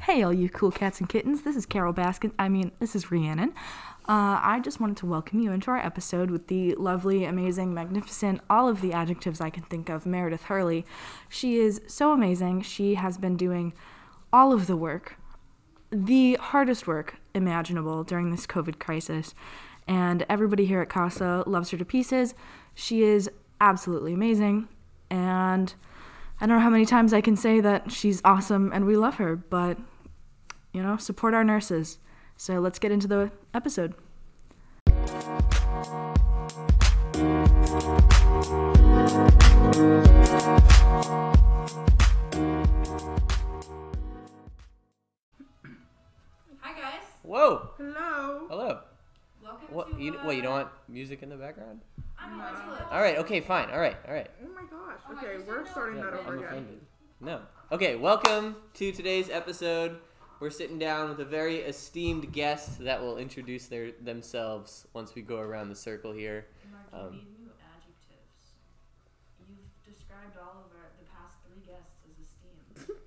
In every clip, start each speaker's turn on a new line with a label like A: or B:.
A: Hey, all you cool cats and kittens. This is Carol Baskin. I mean, this is Rhiannon. Uh, I just wanted to welcome you into our episode with the lovely, amazing, magnificent, all of the adjectives I can think of, Meredith Hurley. She is so amazing. She has been doing all of the work, the hardest work imaginable during this COVID crisis. And everybody here at Casa loves her to pieces. She is absolutely amazing. And. I don't know how many times I can say that she's awesome and we love her, but you know, support our nurses. So let's get into the episode.
B: Hi guys.
C: Whoa!
D: Hello.
C: Hello.
B: Welcome
C: What?
B: to
C: You,
B: uh,
C: what? You don't want music in the background?
B: I don't want to.
C: All right. Okay. Fine. All right. All right.
D: Oh my gosh.
B: my
D: Okay,
B: gosh,
D: we're
B: no.
D: starting
C: Yeah,
D: that over
C: I'm
D: again.
C: offended. No. Okay. Welcome to today's episode. We're sitting down with a very esteemed guest that will introduce their themselves once we go around the circle here.
B: Mark, you
C: Um,
B: need new adjectives. You've described all of our the past three guests as esteemed.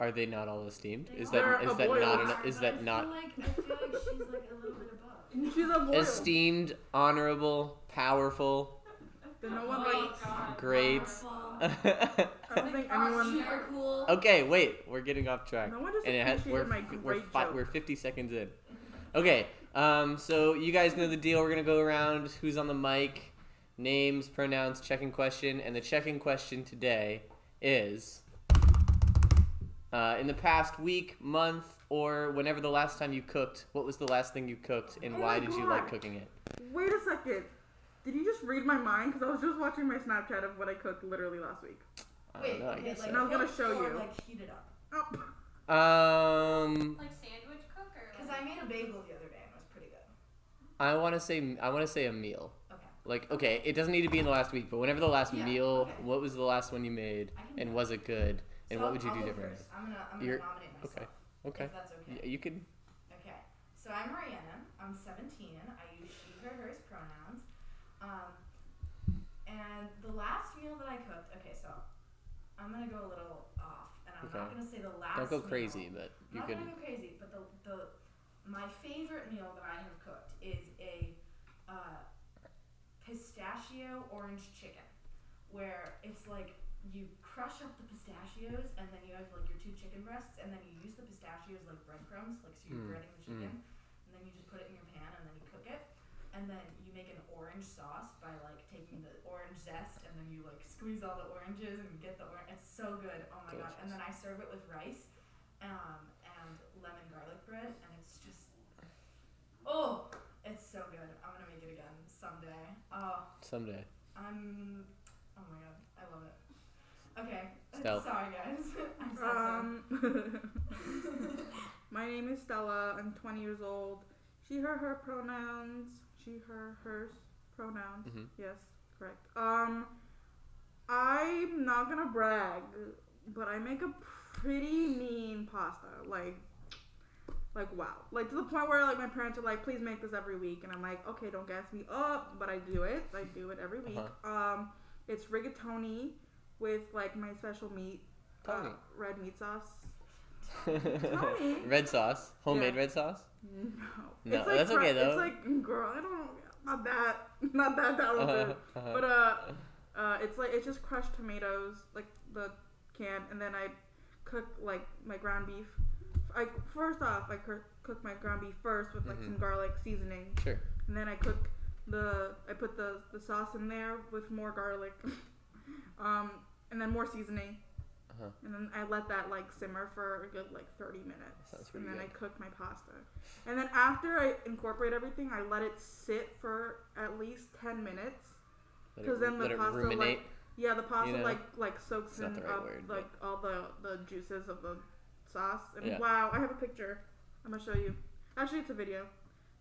C: Are they not all esteemed?
B: They
C: Is
D: are.
C: that is that
D: They're
C: not
D: avoided.
C: enough? Is
B: But
C: that
B: I
C: not
B: feel like I feel like she's like a little bit above.
D: She's a loyal.
C: esteemed, honorable, powerful?
D: That no one likes.
B: Oh
C: Grades.
B: Wonderful.
D: I don't think anyone.
B: Super cool.
C: Okay, wait, we're getting off track.
D: No one just
C: and it has,
D: appreciated
C: we're,
D: my
C: we're,
D: great
C: fi-
D: joke.
C: we're 50 seconds in. Okay, um, so you guys know the deal. We're going to go around who's on the mic, names, pronouns, check-in question. And the check-in question today is, uh, in the past week, month, or whenever the last time you cooked, what was the last thing you cooked and
D: Oh
C: why
D: my
C: did you like
D: God.
C: cooking it?
D: Wait a second. Did you just read my mind? Because I was just watching my Snapchat of what I cooked literally last week.
C: I
B: Wait,
C: don't know, I
B: okay,
C: guess
B: like
D: And I was gonna
B: cooked
D: show
B: or,
D: you.
B: Like heated up.
D: Oh,
C: so. Um,
E: Like sandwich cooker.
B: Because I made a bagel the other day and it was pretty good.
C: I want to say, I want to say a meal.
B: Okay.
C: Like, okay, it doesn't need to be in the last week, but whenever the last
B: Yeah,
C: meal,
B: okay.
C: what was the last one you made,
B: I can do
C: and was it good, and
B: So
C: what would you
B: I'll
C: do
B: go
C: differently?
B: First. I'm gonna I'm gonna
C: You're-
B: nominate myself.
C: okay. Okay,
B: If that's okay.
C: Y- you can.
B: Okay, so I'm Mariana. I'm 17. I use she, her, hers pronouns. Um, and the last meal that I cooked, okay, so I'm gonna go a little off, and I'm not
C: Okay.
B: gonna say the last.
C: Don't go
B: meal.
C: crazy, but
B: I'm
C: you
B: not
C: could.
B: gonna go crazy, but the, the my favorite meal that I have cooked is a uh, pistachio orange chicken, where it's like you crush up the pistachios and then you have like your two chicken breasts and then you use the pistachios like breadcrumbs, like so you're
C: Mm,
B: breading the chicken, and then you just put it in your pan and then you cook it. And then you make an orange sauce by like taking the orange zest and then you like squeeze all the oranges and get the orange. It's so good. Oh my god! And then I serve it with rice, um, and lemon garlic bread, and it's just oh, it's so good. I'm gonna make it again someday. Oh,
C: Someday.
B: I'm oh my god, I love it. Okay,
C: Stealth.
B: sorry guys. I'm so sorry.
D: um, my name is Stella. I'm 20 years old. She, her, her pronouns. She, her, hers pronouns.
C: Mhm.
D: Yes, correct. Um, I'm not gonna brag, but I make a pretty mean pasta. Like, like wow. Like to the point where like my parents are like, please make this every week, and I'm like, okay, don't gas me up, but I do it. I do it every week. Um, it's rigatoni with like my special meat, uh,
C: Tony.
D: red meat sauce. Tony.
C: red sauce, homemade
D: Yeah.
C: red sauce.
D: No.
C: No,
D: it's like
C: that's okay,
D: cra-
C: though.
D: It's like, girl, I don't know, not that, not that talented.
C: Uh-huh, uh-huh.
D: But uh, uh, it's like it's just crushed tomatoes, like the can, and then I cook like my ground beef. I first off, I cur- cook my ground beef first with like
C: Mhm.
D: some garlic seasoning,
C: Sure.
D: and then I cook the I put the the sauce in there with more garlic, um, and then more seasoning.
C: Uh-huh.
D: And then I let that like simmer for a good like 30 minutes.
C: Sounds pretty
D: and then I
C: good.
D: cook my pasta. And then after I incorporate everything, I let it sit for at least 10 minutes.
C: Let
D: 'Cause
C: it,
D: then the
C: let it
D: pasta, like-
C: ruminate.
D: Yeah, the pasta
C: know?
D: like like soaks
C: It's not
D: in
C: the right
D: up
C: word, but-
D: like all the the juices of the sauce. And
C: Yeah.
D: wow, I have a picture. I'm gonna show you. Actually, it's a video.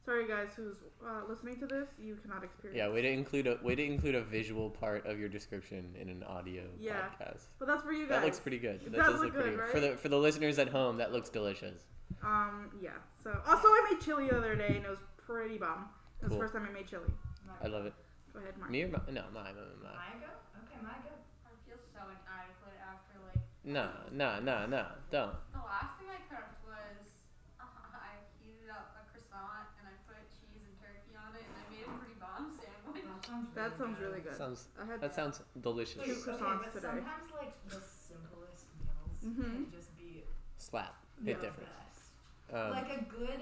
D: Sorry guys, who's uh, listening to this, you cannot experience.
C: yeah, way to include a way to include a visual part of your description in an audio
D: Yeah.
C: podcast.
D: But that's for you guys.
C: That looks pretty good. That,
D: That
C: does
D: look
C: look pretty
D: good,
C: For
D: right?
C: the for the listeners at home, that looks delicious.
D: Um, yeah. So also, I made chili the other day, and it was pretty bomb. It was
C: Cool.
D: the first time I made chili.
B: My
C: I love it.
D: Go ahead, Mark.
C: Me or my, no, my, my, my.
B: Am I good? Okay, am I good?
E: I feel so inadequate after like
C: No, no, no, no. Don't.
E: the last thing I cooked was uh,
B: sounds really
D: That sounds really good.
C: Sounds
D: I had
C: that sounds delicious.
B: okay,
D: Two croissants
B: but
D: today.
B: sometimes like the simplest meals can
D: Mhm.
B: just be
C: Slap.
D: Yeah.
C: Hit different.
B: best.
C: Um,
B: like a good.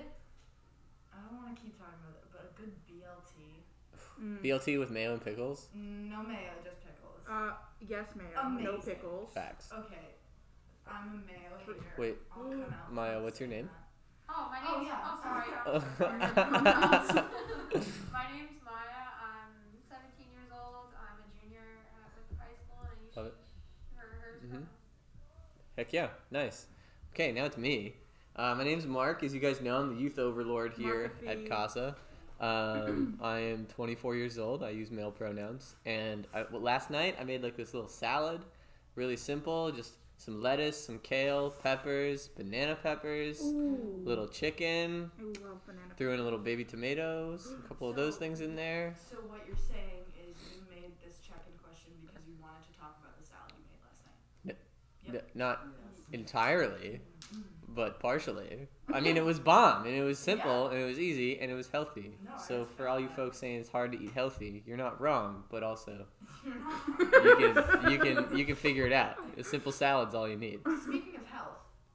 B: I don't want to keep talking about it, but a good BLT.
D: Mm.
C: BLT with mayo and pickles.
B: No mayo, just pickles.
D: Uh, yes, mayo. No
B: Amazing.
D: pickles.
C: Facts.
B: okay, I'm a mayo hater.
C: Wait.
B: I'll come out
C: Maya,
B: and
C: what's your
B: say
C: name?
B: that.
E: Oh, my
B: Oh,
E: name's.
B: yeah.
E: Oh, sorry. my name's Maya. I'm 17 years old. I'm a junior at Winthrop High School, and you
C: Love
E: should hear hers.
C: Mhm. Heck yeah. Nice. Okay, now it's me. Uh, my name's Mark. As you guys know, I'm the youth overlord here at
D: Marky.
C: Casa. Um, I am 24 years old. I use male pronouns. And I, well, last night I made like this little salad, really simple, just some lettuce, some kale, peppers, banana peppers,
D: Ooh.
C: little chicken.
D: I love banana.
C: Threw in a little baby tomatoes, a couple of those
B: So-
C: things in there.
B: So what you're saying is you made this check-in question because you wanted to talk about the salad you made last night.
C: N- not
D: Oh,
C: entirely, but partially. I mean, it was bomb, and it was simple, and it was easy, and it was healthy.
B: No, I
C: so for
B: understand
C: all you
B: that.
C: folks saying it's hard to eat healthy, you're not wrong, but also
B: You're not
C: you can you can you can figure it out. A simple salad's all you need.
B: Speaking of health.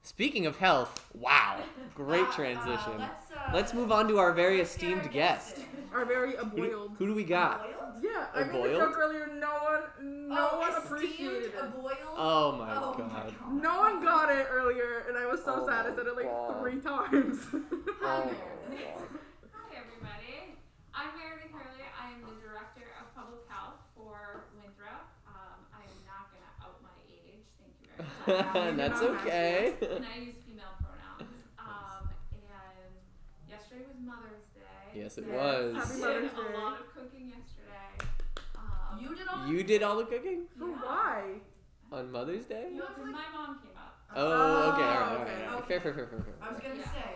C: Speaking of health, wow, great
B: uh, Uh,
C: transition.
B: let's, uh,
C: Let's move on to our very
B: let's get our
C: esteemed guest.
B: in.
D: Are very
C: Who do,
D: aboiled.
C: who do we got?
B: Boiled?
D: Yeah, I
C: Or
D: made
C: boiled?
D: a joke earlier. No one, no
B: oh,
D: one
B: esteemed
D: appreciated it.
B: aboiled?
C: Oh my
B: Oh
C: god.
D: No one got it earlier, and I was so
C: Oh
D: sad.
C: my
D: I said it like
C: God.
D: three times.
B: Hi,
C: Oh my
B: Meredith.
C: God.
E: Hi, everybody. I'm Meredith Hurley. I am the director of public health for Winthrop. Um, I am not going to out my age. Thank you very much. Um,
D: You're
C: That's
D: not
C: okay.
E: and I use female pronouns. Um, and yesterday was Mother's Day.
C: Yes, it
D: Yes. Happy
E: I
C: was.
E: did
D: Mother's
E: a
D: Day.
E: lot of cooking yesterday. Um,
B: You did all
C: You did all the cooking
D: But
E: yeah.
D: why?
C: on Mother's Day.
E: No, 'cause my mom came up.
C: Oh, okay,
D: Oh,
C: all right, all right,
D: okay,
C: all right.
B: okay.
C: Fair, fair, fair, fair, fair.
B: I was gonna
E: Yeah.
B: say.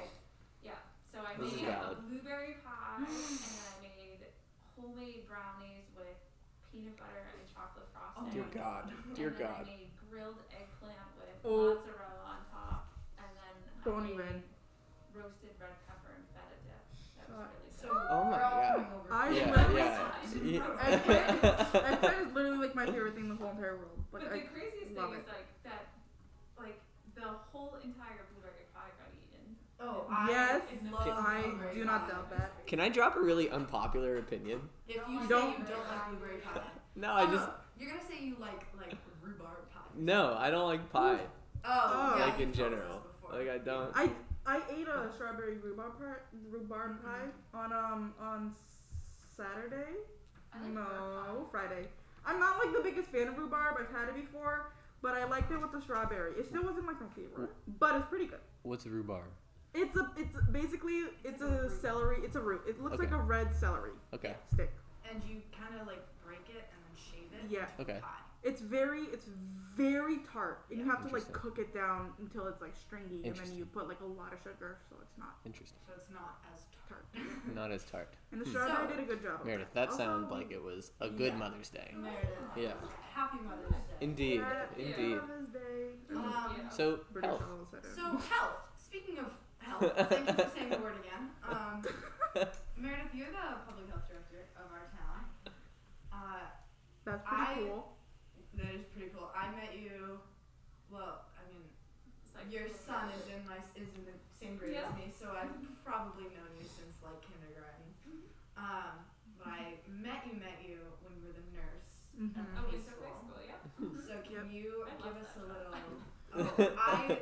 E: Yeah. So I
C: This is
E: made a
C: valid.
E: blueberry pie and I made homemade brownies with peanut butter and chocolate frosting.
C: Dear
B: my
C: God,
E: And
C: dear
E: then
C: God.
E: I made grilled eggplant with
D: Oh.
E: mozzarella on top, and then I
D: Don't
E: made
D: even.
E: roasted red pepper and feta dip. That was
D: Shut-
E: really good.
B: So
C: Oh my
B: we're all
C: God.
B: coming over
D: I
B: here.
D: love
C: Yeah,
D: I
C: yeah.
D: said it's literally like my favorite thing in the whole entire world. Like,
E: but
D: I,
E: the craziest thing
D: love
E: is like that, like the whole entire blueberry pie got eaten.
B: Oh, I
D: Yes,
B: love
D: I
B: blueberry
D: do not
B: pie.
D: doubt that.
C: Can I drop a really unpopular opinion?
B: If you
E: Don't
B: say
D: like
B: you don't like blueberry pie,
C: No, I just
B: you're gonna say you like like rhubarb pie.
C: no. I don't like pie.
B: Oh,
D: Oh.
B: yeah,
C: Like
B: you've told
C: in
B: us
C: general,
B: this before.
C: like I don't.
D: I I ate a strawberry rhubarb pie, rhubarb pie on um on Saturday.
E: I like
D: No,
E: rhubarb
D: Friday. I'm not like the biggest fan of rhubarb. I've had it before, but I liked it with the strawberry. It still wasn't like my favorite, but it's pretty good.
C: What's rhubarb?
D: It's a it's basically it's a celery. It's a root. It looks
C: Okay.
D: like a red celery
C: Okay,
D: stick.
B: And you kind of like break it and then shave it.
D: Yeah.
B: into
C: Okay.
B: Pie.
D: It's very it's very tart, and you have to like
C: Interesting.
D: cook it down until it's like stringy, and then
C: Interesting.
D: you put like a lot of sugar, so it's not
C: interesting.
B: So it's not as tart.
C: Not as tart.
D: And the
C: Hmm.
D: strawberry
B: So-
D: did a good job. of
C: Meredith,
D: that.
C: that
D: Also,
C: sounds like it was a good
B: Yeah.
C: Mother's Day.
B: Meredith.
C: Yeah,
B: Um, Happy Mother's Day.
C: indeed,
D: that is
C: indeed.
D: Mother's Day.
B: Um,
E: Yeah.
C: So
D: British
C: health.
D: all of a
B: So
D: sudden.
B: health. Speaking of health, thank you for saying the word again. Um, Meredith, you're the public health director of our town. Uh,
D: That's
B: I-
D: pretty cool.
B: that is pretty cool. I met you. Well, I mean,
E: It's like
B: your
E: blueberry
B: son is in my is in the same grade as
E: Yeah.
B: me,
E: Mm-hmm.
B: so I've probably known you since like kindergarten. Um, but I met you, met you when you were the nurse.
D: Mhm.
B: at the
E: Oh,
B: high
E: it's so
B: school.
E: school, yeah.
B: So can you
E: I
B: give
E: love
B: us a
E: that
B: little?
E: job.
B: Oh, I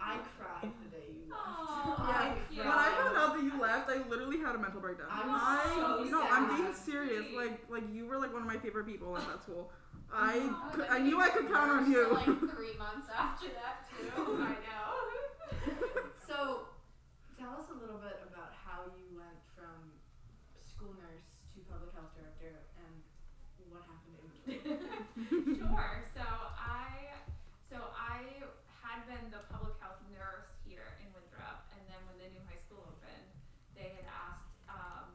B: I cried the day you left.
E: Aw,
B: I
E: yeah.
D: When I
B: cried.
D: found out that you left, I literally had a mental breakdown.
B: I
E: was
D: I-
E: so
D: no, I'm being
B: sad.
D: serious.
E: Sweet.
D: Like, like you were like one of my favorite people at that school. I,
E: Oh,
D: could,
E: but
D: I
E: you
D: knew I could
E: were
D: count on
E: there
D: you.
E: for, Like three months after that too. I know.
B: So tell us a little bit about how you went from school nurse to public health director and what happened in between.
E: sure. So I, so I had been the public health nurse here in Winthrop, and then when the new high school opened, they had asked, um,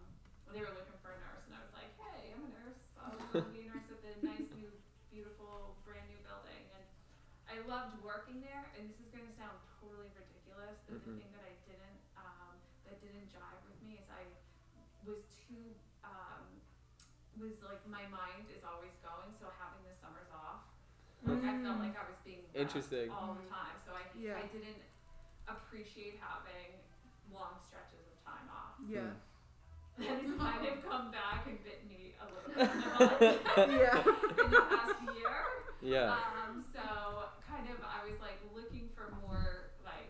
E: they were looking for a nurse, and I was like, hey, I'm a nurse. I want to be a nurse at the nice new, beautiful, brand new building, and I loved working there. And this is going to sound totally ridiculous, but
C: Mhm.
E: the thing that I didn't, um, that didn't jive with me is I was too um, was like my mind is always going, so having the summers off, like I felt like I was being wrecked
C: Interesting.
E: all the time. So I
D: Yeah.
E: I didn't appreciate having long stretches of time off.
D: Yeah.
E: And it's kind of come back and bit me a little bit
D: yeah.
E: in the past year.
C: Yeah.
E: Um, so kind of I was like looking for more like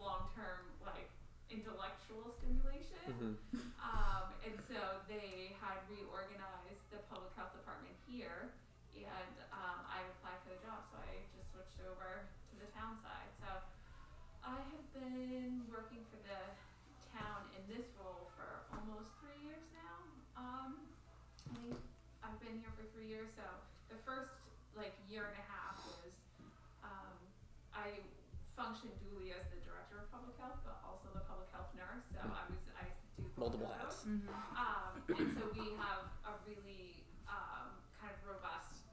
E: long term like intellectual stimulation.
C: hmm
E: Um, and so they had reorganized the public health department here, and um, I applied for the job, so I just switched over to the town side. So I have been working for the town in this role for almost three years now. Um, I, I've been here for three years, so the first like year and a half was um, I functioned duly as the director of public health, but also the public health nurse. So I was I do both of
C: Multiple hats.
E: those. Um, and so we have a really um, kind of robust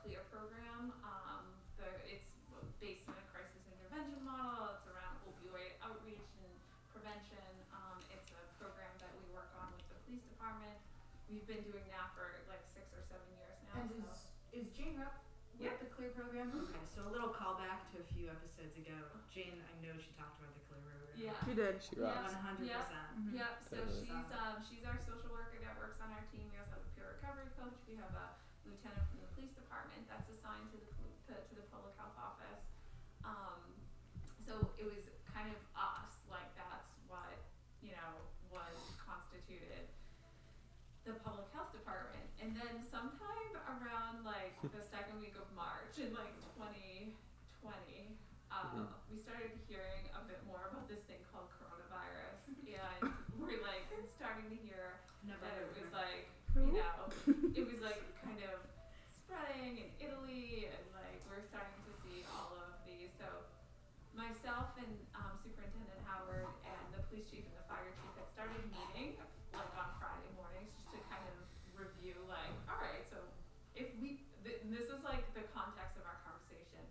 E: clear program. Um, the, it's based on a crisis intervention model. It's around opioid outreach and prevention. Um, it's a program that we work on with the police department. We've been doing that for like six or seven years now.
B: And
E: so.
B: is, is Jane Rupp with
E: Yeah. Mm-hmm.
B: the Clear program? Okay, so a little callback to a few episodes ago. Jane, I know she talked about the Clear program.
E: Yeah.
D: She did.
C: She
E: Yeah.
C: rocks.
B: 100%.
D: Mm-hmm.
E: Yep. So
C: Totally.
E: she's um, she's our social worker that works on our team. We also have a peer recovery coach. We have a lieutenant from the police department that's assigned to the pol- to, to the public health office. Um, so it was kind of us, like that's what you know was constituted the public health department. And then sometime around like the second week of March in like 2020, um, we started hearing a bit more about this thing called coronavirus, and we're like starting to hear
B: Never
E: that
B: heard
E: it
B: of
E: was
B: her.
E: like
D: Mm-hmm.
E: you know it was like kind of spreading in Italy, and like we're starting to see all of these. So myself and um, Superintendent Howard and the police chief and the fire chief had started meeting like on Friday mornings just to kind of review like, all right, so if we th- and this is like the context of our conversation.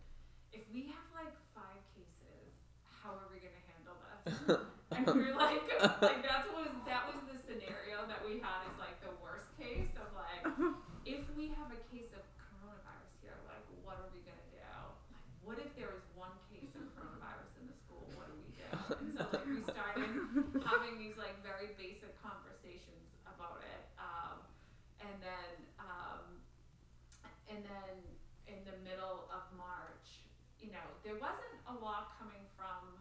E: If we have like five cases, how are we going to handle this? and we were like, like that's what was, that was the scenario that we had is like the worst case of like, if we have a case of coronavirus here, like what are we gonna do? Like, what if there was one case of coronavirus in the school? What do we do? And so like we started having these like very basic conversations about it, um, and then um, and then in the middle of March, you know, there wasn't a lot coming from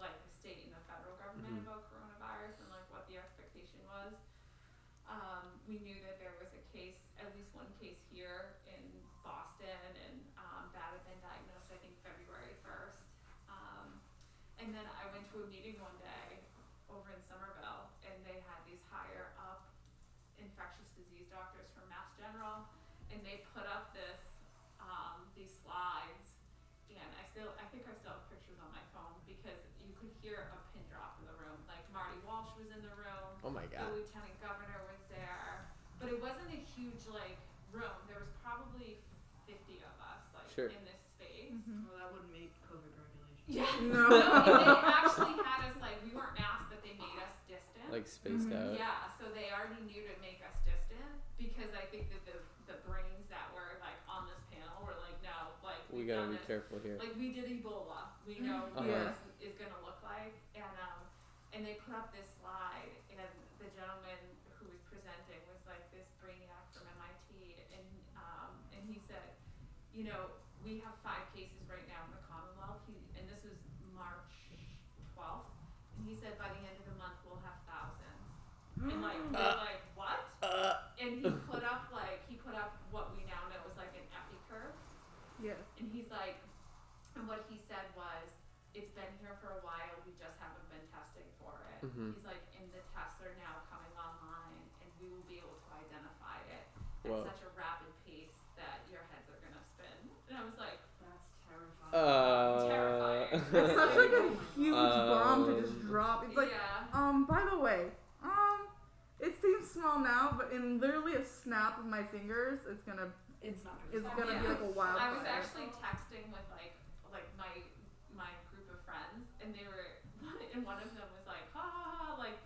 E: like the state and the federal government
C: Mhm.
E: about coronavirus and like what the expectation was. Um, we knew that there was a case, at least one case here in Boston, and um, that had been diagnosed, I think, February 1st. Um, and then I went to a meeting one day over in Somerville, and they had these higher up infectious disease doctors from Mass General, and they put up this um, these slides. And I still, I think I still have pictures on my phone because you could hear a pin drop in the room. Like Marty Walsh was in the room
C: Oh my god.
E: the lieutenant governor was there, but it wasn't a huge like room. There was probably fifty of us like
C: Sure.
E: in this space.
D: Mm-hmm.
B: Well, that wouldn't make COVID regulations.
E: Yeah.
D: No.
E: So, and they actually had us like we weren't asked, but they made us distant.
C: Like spaced out.
E: Mm-hmm. yeah. So they already knew to make us distant because I think that the the brains that were like on this panel were like, no, like
C: We
E: we've
C: gotta be
E: done this
C: careful here.
E: like we did Ebola. We know what
C: Uh-huh.
E: this is gonna look like, and um, and they put up this slide, and the gentleman who was presenting was like this brainiac from MIT, and um, and he said, you know, we have five cases right now in the Commonwealth, he, and this was March twelfth, and he said by the end of the month we'll have thousands, and like they're like what?
C: Uh,
E: And he put up like he put up what we now know is like an epi curve.
D: Yeah.
E: And he's like, and what he said was, it's been here for a while, we just haven't been testing for it.
C: Mhm.
E: He's like, and the tests are now coming online, and we will be able to identify it
C: Whoa.
E: at such a rapid pace that your heads are gonna spin. And I was like,
B: That's terrifying.
C: uh,
E: Terrifying.
D: That's such like a huge bomb to
C: Um,
D: just drop. It's like,
E: yeah,
D: um, by the way, um, it seems small now, but in literally a snap of my fingers, it's gonna,
B: it's not
D: it's
B: stop.
D: gonna be like a wild.
E: I was actually texting with like like my my group of friends, and they were, and one of them was like, ha ha ha, like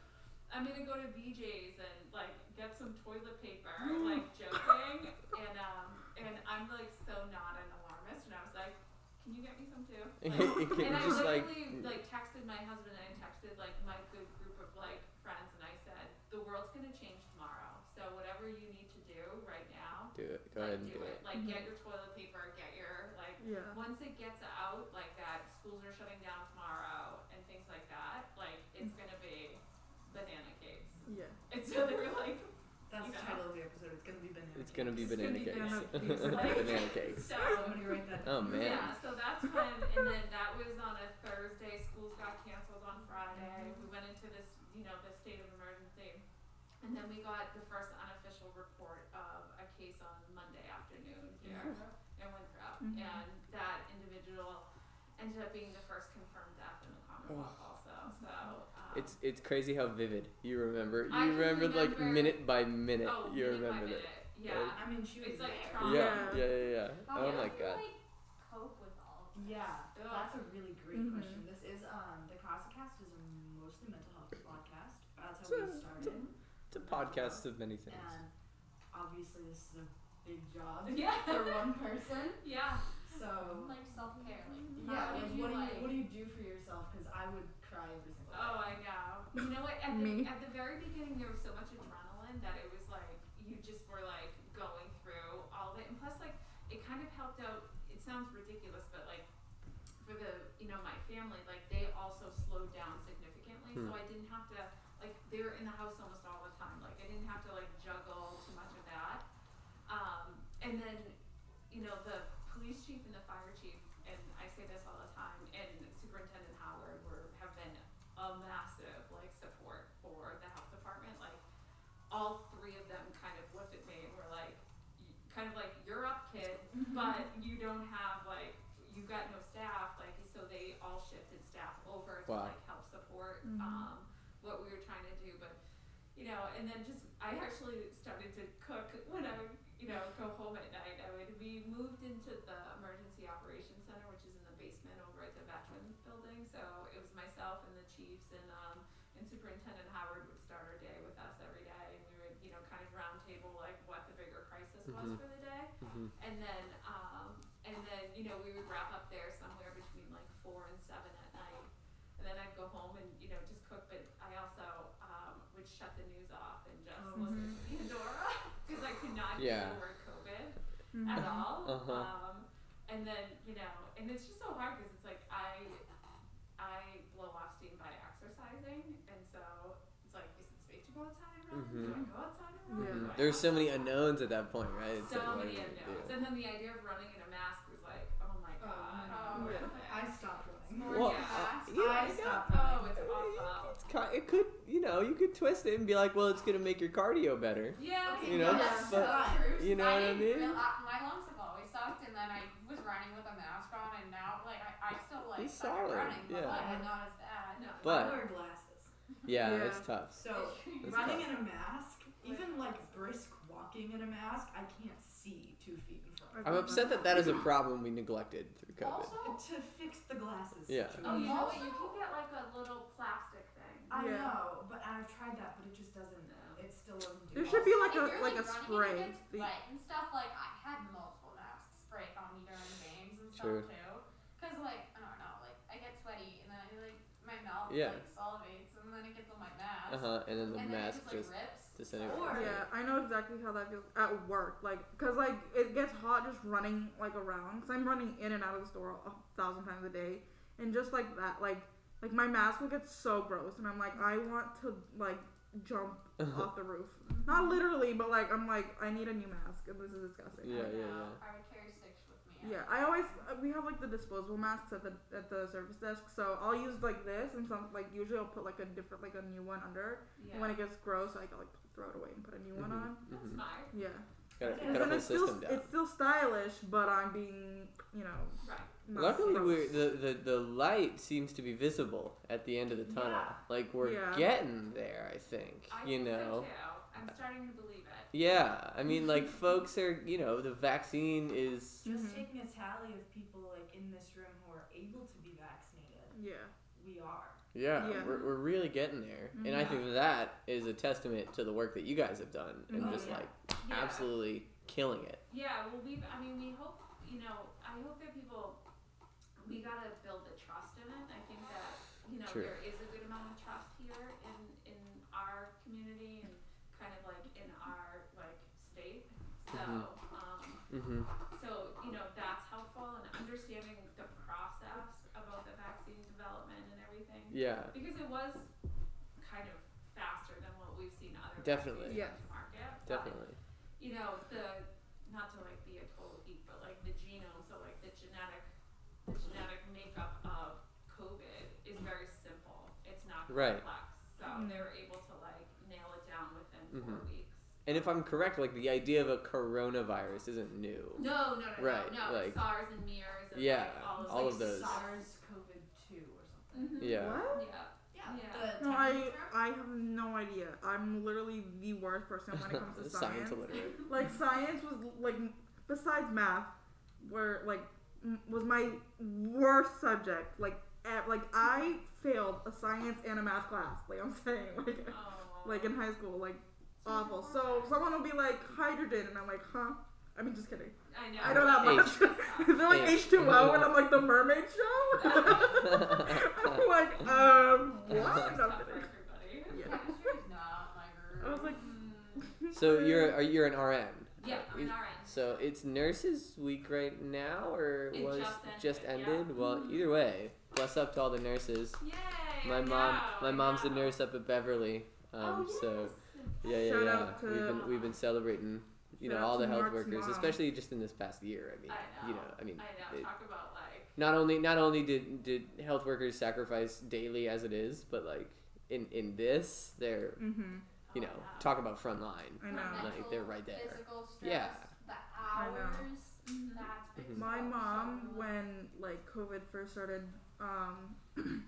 E: I'm gonna go to BJ's and like get some toilet paper, like joking, and um, and I'm like so not an alarmist, and I was like, can you get me some too? Like,
C: Can you
E: and I
C: just like
E: literally like, texted my husband and I texted like my good group of like friends and I said, The world's gonna change tomorrow. So whatever you need to do right now,
C: do it? Go ahead
E: like
C: and
E: do
C: do it.
E: it. Like get your toilet paper, get your like
D: Yeah.
E: once it gets out like that schools are shutting down tomorrow and things like that, like it's gonna be banana cakes.
D: Yeah.
E: And so they were like
B: That's the
E: Yeah.
B: title of the episode. It's gonna be banana.
C: It's gonna be
B: cakes.
C: banana
D: be
C: cakes.
D: banana
E: cakes.
C: Banana cakes.
E: so
B: Somebody write that.
C: Oh
B: down.
C: man.
E: Yeah, so that's when, and then that was on a Thursday. Schools got canceled on Friday. We
F: Mm-hmm.
E: went into this, you know, this state of emergency. And then we got the first unofficial report of a case on Monday afternoon here
F: Mm-hmm.
E: in Winthrop.
D: Mhm.
E: And that individual ended up being the first confirmed death in the Commonwealth, also. So um,
C: It's it's crazy how vivid you remember. You
E: I can
C: remember like
E: remember-
C: minute by minute.
E: oh,
C: you
E: minute by
C: remember
E: minute.
C: it.
E: Yeah.
B: I mean, she was
E: It's like
B: there.
E: trauma.
C: Yeah,
D: Yeah.
C: yeah, yeah, yeah. Oh my
F: How do you,
C: god.
F: like, cope with all of
B: Yeah,
E: Ugh.
B: that's a really great
D: Mhm.
B: question. This is um the Cast is a mostly mental health podcast. That's how we
C: So-
B: started,
C: It's a podcast of many things.
B: and obviously this is a big job
E: Yeah.
B: for one person.
E: Yeah.
B: So
F: like self care? Like
B: yeah,
F: how
B: like,
F: did you
B: what do
F: like?
B: you what do you do for yourself? Because I would cry every single day.
E: Oh, I know. You know what? At
D: Me.
E: the, at the very beginning, there was so much adrenaline that it was like you just were like going through all of it, and plus like it kind of helped out. It sounds ridiculous, but like for the you know my family, like they also slowed down significantly, so I didn't have to like they were in the house almost all the time. Like I didn't have to like juggle too much of that. Um, and then, you know, the police chief and the fire chief, and I say this all the time, and Superintendent Howard were have been a massive like support for the health department. Like all three of them kind of looked at me and were like, y- kind of like, "You're up, kid," but you don't have like you got no staff. Like so, they all shifted staff over to
C: Wow.
E: like help support um, what we were trying to do, but you know, and then just I actually started to cook when I would, you know, go home at night. I would we moved into the emergency operations center, which is in the basement over at the veterans building. So it was myself and the chiefs and um and superintendent Howard would start our day with us every day, and we would you know kind of roundtable like what the bigger crisis was
C: Mhm.
E: for the day,
C: Mhm.
E: and then um and then you know we would wrap up there somewhere between like four and seven at night. And then I'd go home and, you know, just cook, but I also um, would shut the news off and just
B: Oh.
E: listen to Pandora because I could not
C: Yeah.
E: hear the word COVID
D: Mm-hmm.
E: at all.
C: Uh-huh.
E: Um, and then, you know, and it's just so hard because it's like I, I blow off steam by exercising. And so it's like, is it safe to go outside and run? Do I go outside and
D: Yeah.
E: run? Do I
C: Mm-hmm. There's
E: not?
C: so many unknowns at that point, right? It's
E: So
C: like, what
E: many
C: are you gonna
E: unknowns.
C: do?
E: And then the idea of running in a mask was like, oh my
B: Oh,
E: God.
B: no.
E: what
D: Yeah.
E: the
B: I
E: heck?
B: stopped running.
E: More
C: Well,
E: gas.
C: uh, yeah,
B: I
C: I
B: stopped running.
E: Oh, it's awful.
C: It's ki- it could, you know, you could twist it and be like, well, it's gonna make your cardio better.
E: Yeah.
B: Okay,
C: You know,
B: yeah,
C: but-
B: so-
C: You know what I
F: didn't
C: mean?
F: real- I- my lungs have always sucked, and then I was running with a mask on, and now like I, I still like
C: He's
F: suck at
C: solid,
F: running, but
C: yeah.
E: uh,
F: like, not as bad.
E: No.
B: I
C: But
B: wear glasses.
C: yeah,
D: Yeah.
C: it's tough.
B: So
C: It's
B: running
C: tough.
B: in a mask, even like brisk walking in a mask, I can't see two feet in front. of
C: I'm upset that that is a problem we neglected through COVID.
F: Also,
B: me. To fix the glasses.
C: Yeah.
B: situation.
E: Oh, you know what?
F: Also-
E: You can get like a little plastic thing.
B: I
D: Yeah.
B: know, but I've tried that, but it just doesn't. uh, It still doesn't do.
D: There
B: it.
D: should be
F: also,
D: like
F: if
D: a
F: you're,
D: like a
F: running
D: spray.
F: And, it gets
D: The-
F: wet and stuff like I had multiple masks sprayed on me during games and stuff
C: True.
F: too. Cause like I don't know, like I get sweaty and then I like my mouth
C: Yeah.
F: like salivates and then it gets on my mask.
C: Uh huh. And then the
F: and then
C: mask
F: it
C: just
F: just like rips.
C: disintegrates.
B: Or-
D: Yeah, I know exactly how that feels at work. Like, cause like it gets hot just running like around. Cause I'm running in and out of the store a thousand times a day, and just like that, like like my mask will get so gross, and I'm like, I want to like jump off the roof. Not literally, but like I'm like, I need a new mask, and this is disgusting.
C: Yeah,
F: I
C: yeah,
F: know.
C: yeah.
F: I would carry six with me.
D: Yeah, I always uh, we have like the disposable masks at the at the service desk, so I'll use like this and some like usually I'll put like a different like a new one under. And when it gets gross, I can like throw it away and put a new one
C: Mhm.
D: on.
E: That's
C: Mhm.
E: smart.
D: Yeah,
B: Yeah.
C: Got a, got a
D: And
C: whole
D: it's still
C: system down.
D: it's still stylish, but I'm being you know
E: Right.
D: not
C: Luckily,
D: gross.
C: we're, the, the the light seems to be visible at the end of the tunnel.
B: Yeah.
C: Like we're
D: Yeah.
C: getting there, I think.
E: I
C: you
E: think so,
C: know.
E: too. I'm starting to believe it.
C: Yeah, I mean, like folks are, you know, the vaccine is.
B: Just
E: Mm-hmm.
D: Mhm.
B: taking a tally of people like in this room who are able to be vaccinated,
D: Yeah,
B: we are.
C: Yeah,
D: Yeah.
C: We're, we're really getting there. And I
E: Yeah.
C: think that is a testament to the work that you guys have done and
D: Mhm.
C: just
E: Yeah.
C: like
E: Yeah.
C: absolutely killing it.
E: Yeah, well, we've, I mean, we hope, you know, I hope that people, we gotta build the trust in it. I think that, you know,
C: True.
E: there is a good amount of trust here in, in our community and kind of like in our, like, state. So, um,
C: Mm-hmm.
E: so, you know, that's helpful and understanding the process about the vaccine development and everything.
C: Yeah.
E: Because it was kind of faster than what we've seen other
C: Definitely.
E: vaccines
D: Yes.
E: on the market. but,
C: Definitely.
E: you know, the not to like be a total geek, but like the genome, so like the genetic the genetic makeup of COVID is very simple. It's not
C: Right.
E: complex. So
D: Mm-hmm.
E: they were able to like nail it down within four
C: Mhm.
E: weeks.
C: And if I'm correct, like the idea of a coronavirus isn't new.
E: No, no, no,
C: Right,
E: no, no.
C: like-
E: SARS and MERS and
C: Yeah,
E: like, all of,
C: all
E: like,
C: of those.
B: SARS COVID two or something.
D: Mm-hmm.
E: Mhm.
C: Yeah.
D: What?
E: Yeah.
B: Yeah. The
D: No, I
B: temperature?
D: I have no idea. I'm literally the worst person when it comes to
C: Science
D: science.
C: illiterate.
D: like science was like besides math, were like m- was my worst subject. Like e- like I failed a science and a math class. Like I'm saying, like
E: Oh.
D: like in high school, like
E: So
D: awful.
E: you're
D: So
E: horrible.
D: someone will be like hydrogen, and I'm like, huh? I mean, just kidding.
E: I know.
D: I don't have
C: H. Mm-hmm.
D: much. They're like
C: H.
D: H two O, and I'm like the Mermaid Show. I'm like, um, what?
E: It's
D: No,
E: tough
D: I'm
E: for
D: kidding.
E: everybody.
D: Yeah.
F: Chemistry is not my
D: I was
F: group.
D: like,
E: Mm,
C: so you're are you're an RN.
E: yeah, I'm an
C: Is-
E: RN.
C: So it's Nurses Week right now, or
E: It
C: was
E: just ended, yeah.
C: Well, either way, bless up to all the nurses.
E: Yay!
C: My
E: I
C: mom,
E: know,
C: my
E: I
C: mom's a
E: know.
C: nurse up at Beverly.
E: Oh,
C: Um, So
E: yes.
C: yeah, yeah,
D: Shout
C: yeah.
D: out to-
C: we've been we've been celebrating, you
D: Shout
C: know,
D: out
C: all
D: to
C: the health
D: Mark's
C: workers,
D: mom.
C: especially just in this past year. I mean,
E: I
C: you
E: know.
C: know, I mean,
E: I know.
C: it-
E: Talk about like
C: not only not only did did health workers sacrifice daily as it is, but like in in this, they're
D: mm-hmm.
C: you know,
E: oh, yeah.
C: talk about front line.
D: I
F: From
D: know.
C: Like,
F: mental,
C: they're right there.
F: Physical stress,
C: Yeah.
F: The
D: I know.
F: hours.
E: Mhm.
F: That's been
C: Mhm.
D: My
F: so
D: mom,
F: much.
D: when like COVID first started, um,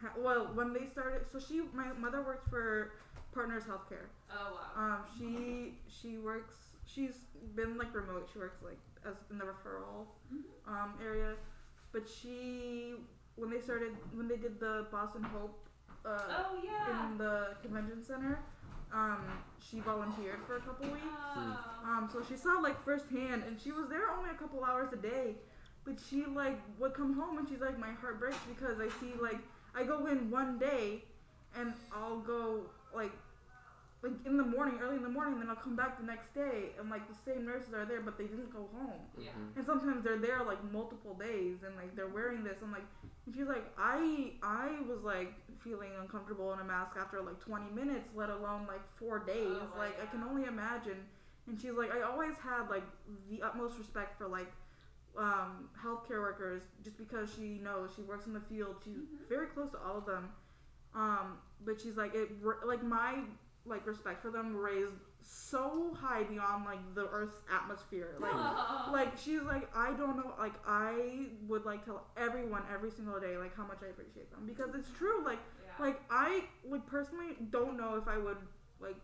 D: ha- well, when they started, so she, my mother works for Partners Healthcare.
E: Oh wow.
D: Um, she she works. She's been like remote. She works like as in the referral
E: Mm-hmm.
D: um, area, but she when they started when they did the Boston Hope uh,
E: oh yeah.
D: in the convention center, um, she volunteered for a couple weeks.
C: Hmm.
E: Oh.
D: Um, so she saw like firsthand, and she was there only a couple hours a day, but she like would come home and she's like, my heart breaks because I see like I go in one day, and I'll go like like in the morning, early in the morning, then I'll come back the next day, and like the same nurses are there, but they didn't go home.
C: Mm-hmm.
E: Yeah.
D: And sometimes they're there like multiple days, and like they're wearing this. I'm like, and she's like, I I was like feeling uncomfortable in a mask after like 20 minutes, let alone like four days.
E: Oh, wow,
D: like I can
E: yeah.
D: only imagine. And she's like, I always had like the utmost respect for like um, healthcare workers, just because she knows she works in the field. She's very close to all of them. Um, but she's like it ra- like my like respect for them raised so high beyond like the Earth's atmosphere. Like
E: Oh.
D: like she's like i don't know like i would like tell everyone every single day like how much i appreciate them because it's true like
E: yeah.
D: like i would personally don't know if i would like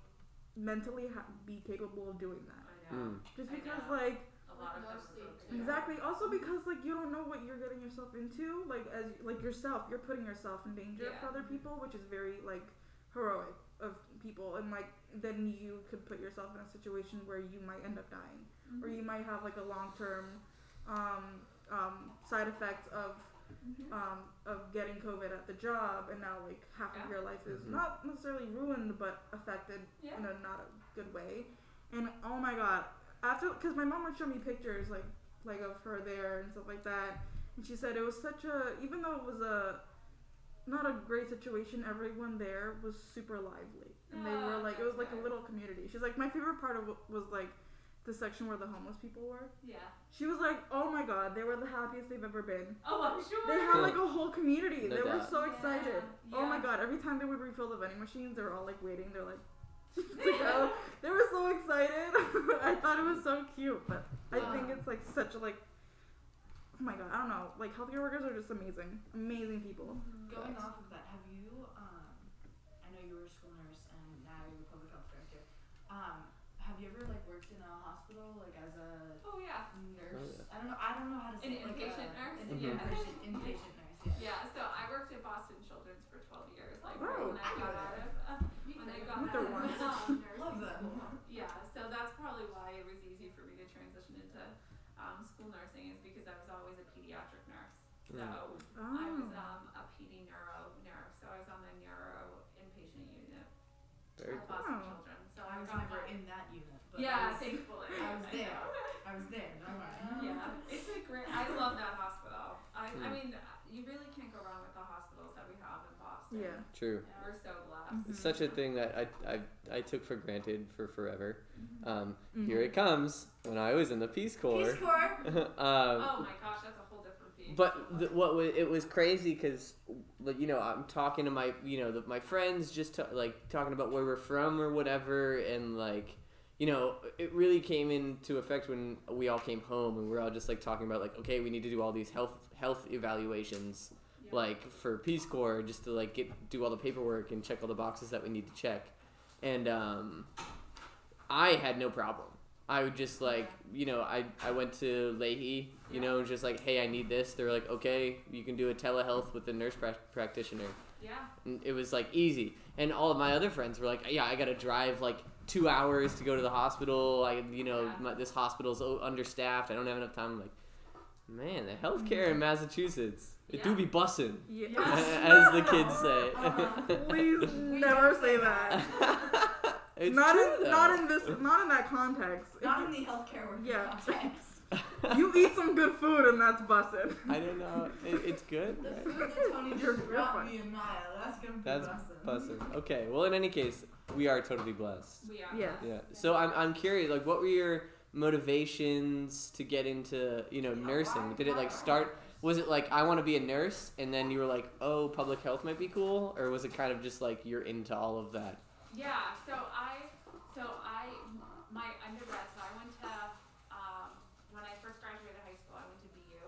D: mentally ha- be capable of doing that
E: I know.
C: Mm.
D: just
E: I
D: because
E: know.
D: like
E: A lot of
F: No
E: them
F: sleep.
E: are broken.
D: exactly also because like you don't know what you're getting yourself into like as like yourself you're putting yourself in danger
E: Yeah.
D: for other people which is very like heroic of people and like then you could put yourself in a situation where you might end up dying
E: Mm-hmm.
D: or you might have like a long term um, um, side effect of
E: Mhm.
D: um, of getting COVID at the job, and now like half
E: Yeah.
D: of your life is
C: Mhm.
D: not necessarily ruined but affected
E: Yeah.
D: in a not a good way. And oh my god, after because my mom would show me pictures like like of her there and stuff like that, and she said it was such a even though it was a not a great situation. Everyone there was super lively, and they were
E: Oh,
D: like it was like a
E: okay.
D: little community. She's like my favorite part of it was like the section where the homeless people were.
E: Yeah.
D: She was like, "Oh my god, they were the happiest they've ever been.
E: Oh, I'm sure.
D: They had like a whole community.
C: No
D: they were
C: doubt.
D: so
E: Yeah,
D: excited. Oh my
E: yeah.
D: god, every time they would refill the vending machines, they were all like waiting. They're like, to go. They were so excited. I thought it was so cute, but I think
E: Yeah.
D: it's like such a like. Oh my god, I don't know. Like healthcare workers are just amazing, amazing people.
E: Oh,
B: Going
C: Facts.
B: off of that, have you? Um, I know you were a school nurse and now you're a public health director. Um, have you ever like worked in a hospital like as a
E: Oh yeah.
B: nurse? I don't know. I don't know how to
E: An
B: say it, like
E: inpatient
B: a-
E: nurse?
B: An
C: Yeah.
B: inpatient, inpatient nurse.
E: Yeah, so I worked in Boston Children's for 12 years. Like
D: Wow.
E: when I
B: I
E: got
B: know
E: out of uh, when I got
D: Wonder
E: out
D: Woman.
E: of um,
B: Love
E: nursing
B: them.
E: Yeah, so that's probably why it was easy for me to transition into um, school nursing is because I was always a pediatric nurse. So
C: Mm.
E: I was
B: Mm.
D: Oh.
E: um, a PD neuro nurse, so I was on the neuro inpatient unit
C: Very
E: at
C: cool.
E: Boston
D: Wow.
E: Children. So
B: I
E: I
B: was
E: got
B: never
E: my,
B: in that unit. But I
E: yeah,
B: was,
E: thankfully
B: I was
E: I
B: there. Mm.
E: know.
B: I was there. Don't worry.
E: Yeah, it's a great. I love that hospital. I, I
C: Mm.
E: mean, you really can't go wrong with the hospitals that we have in Boston.
D: Yeah.
C: True.
E: We're so blessed.
C: It's such a thing that I, I, I took for granted for forever.
E: Mm-hmm.
C: Um,
D: Mm-hmm.
C: Here it comes. When I was in the Peace Corps.
B: Peace Corps.
C: um,
E: Oh my gosh, that's a whole different beat.
C: But the, what was, it was crazy because, you know, I'm talking to my, you know, the, my friends just ta like talking about where we're from or whatever, and like, you know, it really came into effect when we all came home and we're all just like talking about like, okay, we need to do all these health health evaluations,
E: Yeah.
C: like for Peace Corps, just to like get do all the paperwork and check all the boxes that we need to check, and um, I had no problem. I would just like, you know, I, I went to Leahy, you know, and just like, hey, I need this. They're like, okay, you can do a telehealth with the nurse prac practitioner.
E: yeah,
C: And it was like easy. And all of my other friends were like, yeah, I got to drive like two hours to go to the hospital. I, you know,
E: Yeah.
C: my, this hospital's o- understaffed. I don't have enough time. I'm like, man, the healthcare in Massachusetts, it do
E: Mm-hmm. Yeah.
C: be bussin',
D: Yeah.
E: Yes.
C: as the kids say.
B: Uh-huh.
D: Please never
B: don't
D: say that.
C: It's
D: not
C: true,
D: in
C: though.
D: not in this not in that context. If
B: Not in the healthcare work
D: Yeah.
B: context.
D: you eat some good food and that's busted.
C: I don't know. It, it's good.
B: The
C: right?
B: food that Tony
D: You're-
B: just
D: you're
B: brought
D: fine.
B: me and Maya, that's gonna be
C: That's
B: awesome.
C: Blessing. Okay. Well, in any case, we are totally blessed.
E: we are.
D: Yes.
C: Yeah. So I'm, I'm curious, like, what were your motivations to get into, you know, nursing? Did it like start? Was it like I want to be a nurse, and then you were like, oh, public health might be cool, or was it kind of just like you're into all of that?
E: Yeah. So I, so I, my undergrad. So I went to um, when I first graduated high school. I went to BU,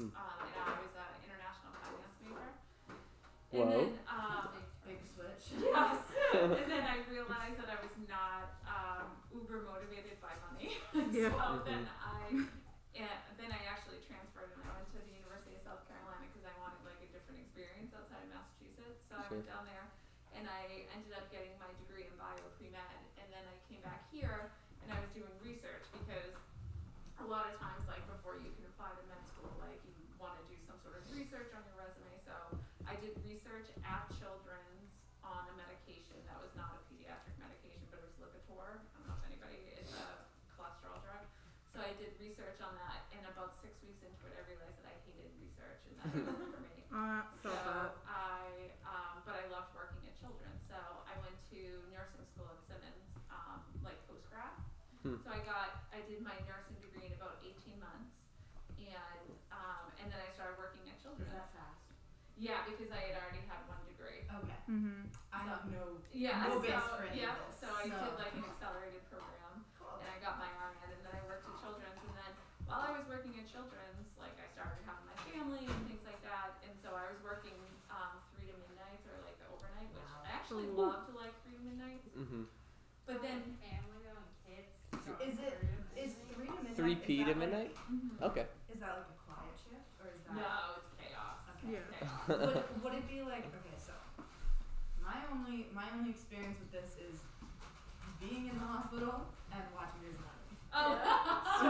C: Hmm.
E: um, and I was an international finance major.
C: Whoa.
E: And then, um,
B: Big switch.
E: yes. and then I realized that I was not um, uber motivated by money.
D: Yeah.
E: so then
C: Mm-hmm.
E: I, yeah, then I actually transferred and I went to the University of South Carolina because I wanted like a different experience outside of Massachusetts. So I
C: Sure.
E: went down there and I ended up getting my degree in bio pre-med and then I came back here and I was doing research because a lot of times like before you can apply to med school like you want to do some sort of research on your resume so I did research at children's on a medication that was not a pediatric medication but it was Lipitor I don't know if anybody it's a cholesterol drug so I did research on that and about six weeks into it I realized that I hated research and that it wasn't for me
D: Uh,
E: so
D: so bad.
E: I, um, but I loved working at children. So I went to nursing school at Simmons, um, like post grad.
C: Hmm.
E: So I got, I did my nursing degree in about 18 months, and um, and then I started working at children.
B: that fast?
E: Yeah, because I had already had one degree.
B: Okay.
D: Mm-hmm.
B: I have no.
E: Yeah,
B: No
E: so,
B: base for any of
E: yeah,
B: this,
E: so I
B: so-
E: did like an accelerated program and I got my RN, and then I worked at Children's, and then while I was working at Children's, like I started having my family and things like that, and so I was working um, three to midnights or like the overnight, which I actually
D: Ooh.
E: loved like three to midnight.
C: hmm
E: But then,
F: family though and kids.
B: Is it- Is three to midnight?
C: Three p
B: is
C: to
B: that
C: midnight.
E: Mhm.
C: Okay.
B: Like, is that like a quiet shift or is that?
E: no, it's chaos.
B: Okay.
D: Yeah.
E: Chaos.
B: would,
C: Hmm.
B: would it be like okay so my only my only experience with this is being in the hospital and watching Grey's Anatomy.
E: Oh,
B: So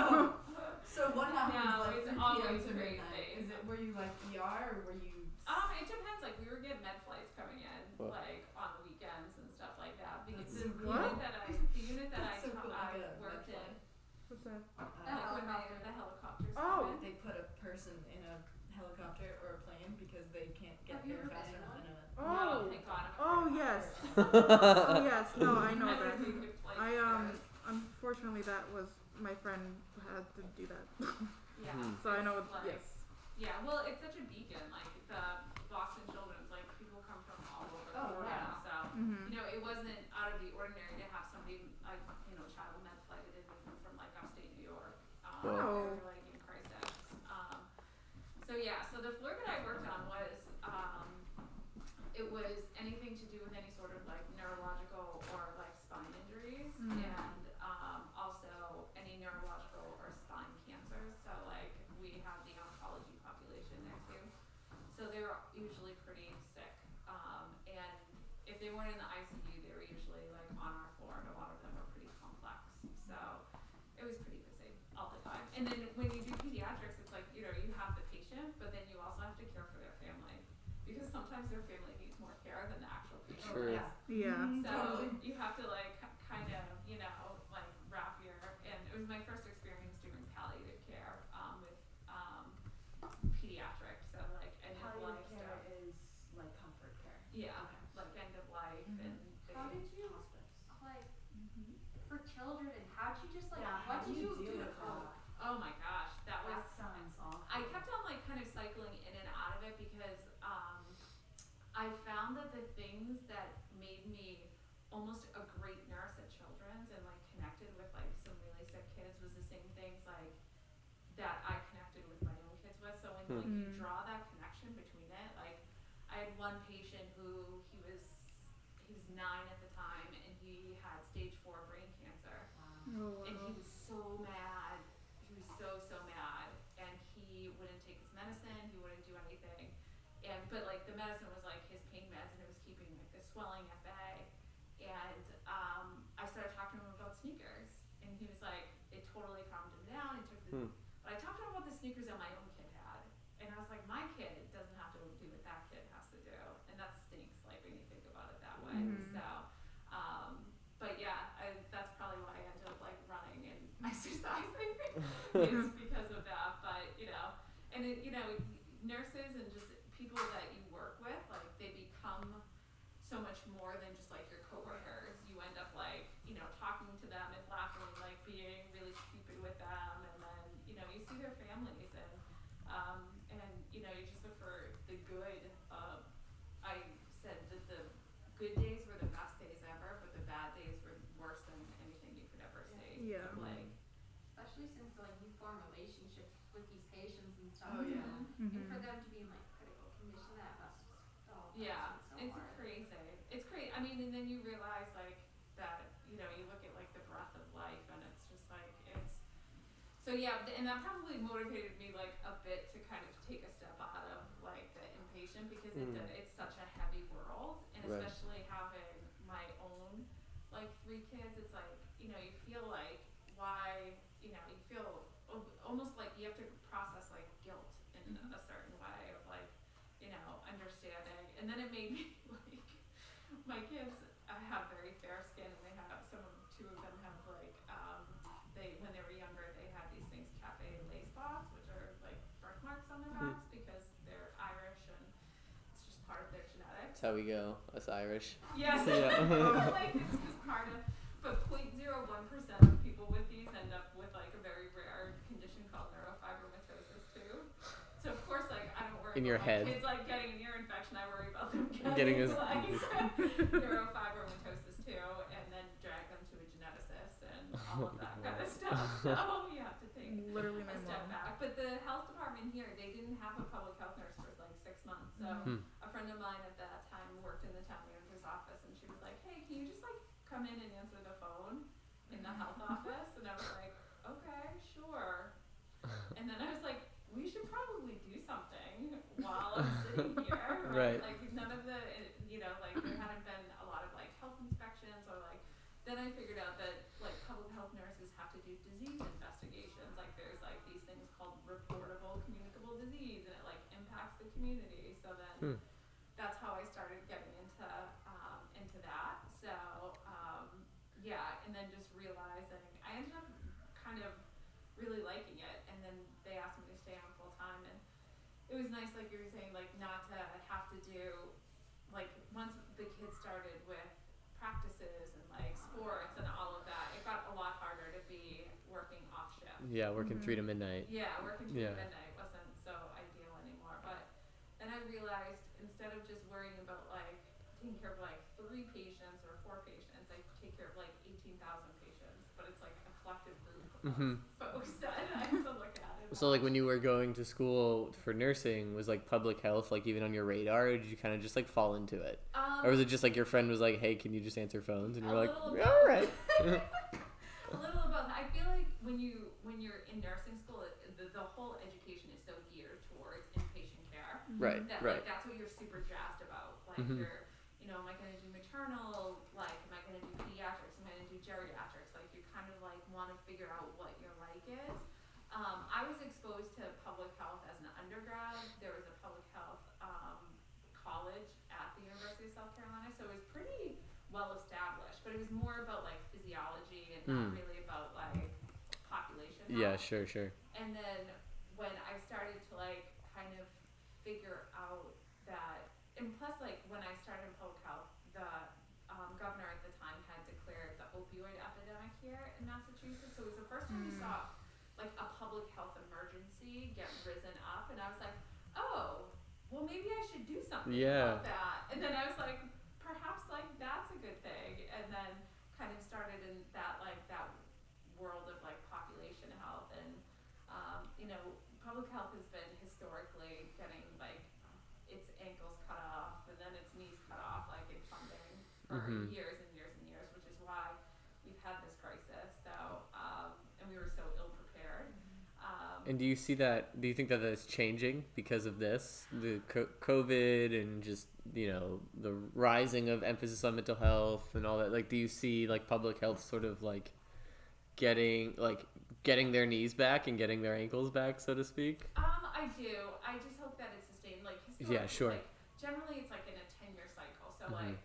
B: so what happens
E: No,
B: like
E: it's
B: 3 p.m.
E: always
B: to midnight?
E: crazy.
B: Is it were you like ER or were you
E: um, it depends. Like we were getting med flights coming in,
C: Wow.
E: like on the weekends and stuff like that. Because
B: That's
E: the
B: so
E: unit
D: cool.
E: that I, the unit that I,
B: That's so
E: co-
B: cool,
E: I
B: like a med
E: worked in,
B: flight.
D: What's that?
E: like
B: uh,
E: when they, the helicopters.
D: Oh.
E: come in.
B: they put a person in a helicopter or a plane because they can't get
F: Have you
B: there
F: ever
B: faster
F: been
B: than
F: in
B: a
E: No,
D: Oh.
E: thank God.
D: Oh,
E: I'm a
D: yes.
E: firefighter.
D: Oh yes. No, I know
E: Never
D: that.
E: do good flight
D: I um.
E: hours.
D: Unfortunately, that was my friend had to do that.
E: Yeah.
C: Mhm.
D: so I know.
E: It's
D: what-
E: like-
D: Yes.
E: Yeah. Well, it's such a beacon. Like the Boston Children's, like people come from all over the
B: Oh,
E: world.
B: wow.
E: So
D: Mm-hmm.
E: you know, it wasn't out of the ordinary to have somebody like you know child med flighted in even from like upstate New York. Um,
C: Wow.
E: or, like in Christchurch. Um, so yeah. So the floor that I worked on was. Um, it was anything to do with any sort of like neurological or like spine injuries
D: Mm.
E: and um, also any neurological or spine cancers. So like we have the oncology population there too. So they were um, it was pretty busy all the time. And then when you do pediatrics, it's like, you know, you have the patient, but then you also have to care for their family. Because sometimes their family needs more care than the actual patient.
C: Sure.
E: does.
D: Yeah.
G: Mm-hmm.
E: So
B: Totally.
E: you have to like k- kind of, you know, like wrap your, and it was my first experience doing palliative care um, with um, pediatrics, so like end of life
G: Palliative care
E: stuff.
G: is like comfort care. Mm-hmm.
E: Yeah, like end of life and they,
F: How did you
G: Hospice.
F: like
G: mm-hmm.
F: for children? How'd you just like?
G: Yeah,
F: what
G: how
F: did
G: do you
F: you
G: deal
F: do to
G: with
F: cope?
E: oh my gosh, that was
G: That sounds awful.
E: I kept on like kind of cycling in and out of it because um, I found that the things that made me almost a great nurse at Children's and like connected with like some really sick kids was the same things like that I connected with my own kids with. So when like you
D: Hmm.
E: draw that connection between it, like I had one patient who he was he was nine at the time and he had stage four brain cancer
G: Wow.
D: Oh, wow.
E: and he
B: Mm-hmm.
E: was so mad. He was so so mad, and he wouldn't take his medicine. He wouldn't do anything, and but like the medicine was like his pain meds, and it was keeping like the swelling at bay. And um, I started talking to him about sneakers, and he was like, it totally calmed him down. He took the,
C: Hmm.
E: but I talked to him about the sneakers that my own kid had, and I was like, my kid doesn't have to do what that kid has to do, and that stinks. Like when you think about it that way,
D: Mhm.
E: so. Um, but yeah, I, that's probably why I ended up like running and exercising is because of that. But you know, and it, you know, nurses and just people that you work with, like they become so much more than just like your coworkers. You end up like you know talking to them and laughing, and, like being really stupid with them, and then you know you see their families and um, and you know you just look for the good. Uh, I said that the good days were the best days ever, but the bad days were worse than anything you could ever see.
D: Yeah.
E: Like,
F: Especially since like you form relationships with these patients and stuff.
G: Oh, yeah.
E: Mhm.
F: And
D: Mhm.
F: for them to be in like critical condition, that must just felt
E: yeah,
F: Oh, so
E: it's
F: hard.
E: crazy. It's crazy. I mean, and then you realize like that. You know, you look at like the breath of life, and it's just like it's. So yeah, th- and that probably motivated me like a bit to kind of take a step out of like the inpatient because it
C: Mm.
E: do- it's such a heavy world, and
C: Right.
E: especially having my own like three kids, it's like you know you feel like why you know you feel al- almost like you have to process like guilt in a certain way of like you know, understanding. And then it made me like, my kids uh, have very fair skin, and they have some, of- two of them have like, um, they when they were younger, they had these things, cafe lace spots, which are like birthmarks on their
C: Hmm.
E: backs because they're Irish and it's just part of their
C: That's
E: genetics.
C: how we go. Us Irish.
E: Yes.
C: Yeah.
E: But, like it's just part of. But 0.01 percent of people with these end up with like a very rare condition called neurofibromatosis too. So of course, like I don't worry
C: In your
E: about my
C: head.
E: kids like getting an ear infection. I worry about them getting,
C: Getting his-
E: like, neurofibromatosis too, and then drag them to a geneticist and all of that kind of stuff. So you have to take
D: Literally my
E: a step
D: mom.
E: back. But the health department here, they didn't have a public health nurse for like six months. So
C: Mhm.
E: a friend of mine at that time worked in the town manager's office, and she was like, "Hey, can you just like come in and answer the phone in the health office?" And I was like, "Okay, sure." And then I was like, "We should probably do something while I'm sitting here,
C: Right.
E: Like none of the, you know, like there hadn't been a lot of like health inspections or like." then I figured out that like public health nurses have to do disease investigations. Like there's like these things called reportable communicable disease, and it like impacts the community. So
C: Hmm.
E: then that's how I started getting into um, into that. So um, yeah, and then just realizing I ended up kind of really liking it, and then they asked me to stay on full time, and it was nice, like you were saying, like not to have to do like once the kids started with practices and like sports and all of that, it got a lot harder to be working off shift.
C: Yeah, working
D: Mhm.
C: three to midnight.
E: Yeah, working till
C: Yeah.
E: midnight wasn't so ideal anymore. But then I realized instead of just worrying about like taking care of like three patients or four patients, I take care of like eighteen thousand patients. But it's like a collective group of
C: hmm
E: folks that I have to look at. and
C: So like when you were going to school for nursing, was like public health like even on your radar, or did you kind of just like fall into it,
E: um,
C: or was it just like your friend was like, "Hey, can you just answer phones?" and
E: A
C: you're like,
E: little
C: "Yeah, "All right."
E: a little of both. I feel like when you when you're in nursing school, it, the, the whole education is so geared towards inpatient care
C: Right,
E: that
C: right.
E: like that's what you're super jazzed about. Like
C: Mhm.
E: you're, you know, am I going to do maternal? Like, am I going to do pediatrics? Am I going to do geriatrics? Like, you kind of like want want to figure out what your like is. Um, I was exposed to public health as an undergrad. There was a public health um, college at the University of South Carolina, so it was pretty well established. But it was more about like physiology and
C: Hmm.
E: not really about like population.
C: Yeah,
E: health.
C: sure, sure.
E: And then when I started to like kind of figure out that, and plus like when I started in public health, the um, governor at the time had declared the opioid epidemic here in Massachusetts. So it was the first time we saw like a public health emergency get risen up, and I was like, oh, well maybe I should do something
C: Yeah.
E: about that. And then I was like, perhaps like that's a good thing, and then kind of started in that like that world of like population health and um, you know, public health has been historically getting like its ankles cut off and then its knees cut off, like in funding for
C: Mhm.
E: years and years and years, which is why we've had this crisis. So, um, and we were so ill prepared. Um,
C: And do you see that? Do you think that that's changing because of this, the co- COVID, and just you know the rising of emphasis on mental health and all that? Like, do you see like public health sort of like getting like getting their knees back and getting their ankles back, so to speak?
E: Um, I do. I just hope that it's sustained. Like historically,
C: Yeah, sure.
E: Like, generally, it's like in a ten-year cycle. So
C: Mhm.
E: like,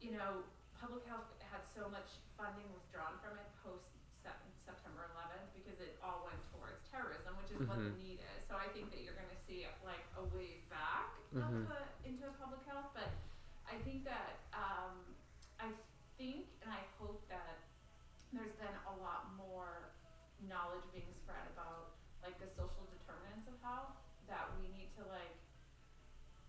E: you know, public health had so much funding withdrawn from it post Sep- September 11th because it all went towards terrorism, which is what the
C: Mhm.
E: need is. So I think that you're going to see like a wave back
C: Mhm.
E: of the, into public health, but I think that um, I think and I hope that there's been a lot more knowledge being spread about like the social determinants of health that we need to like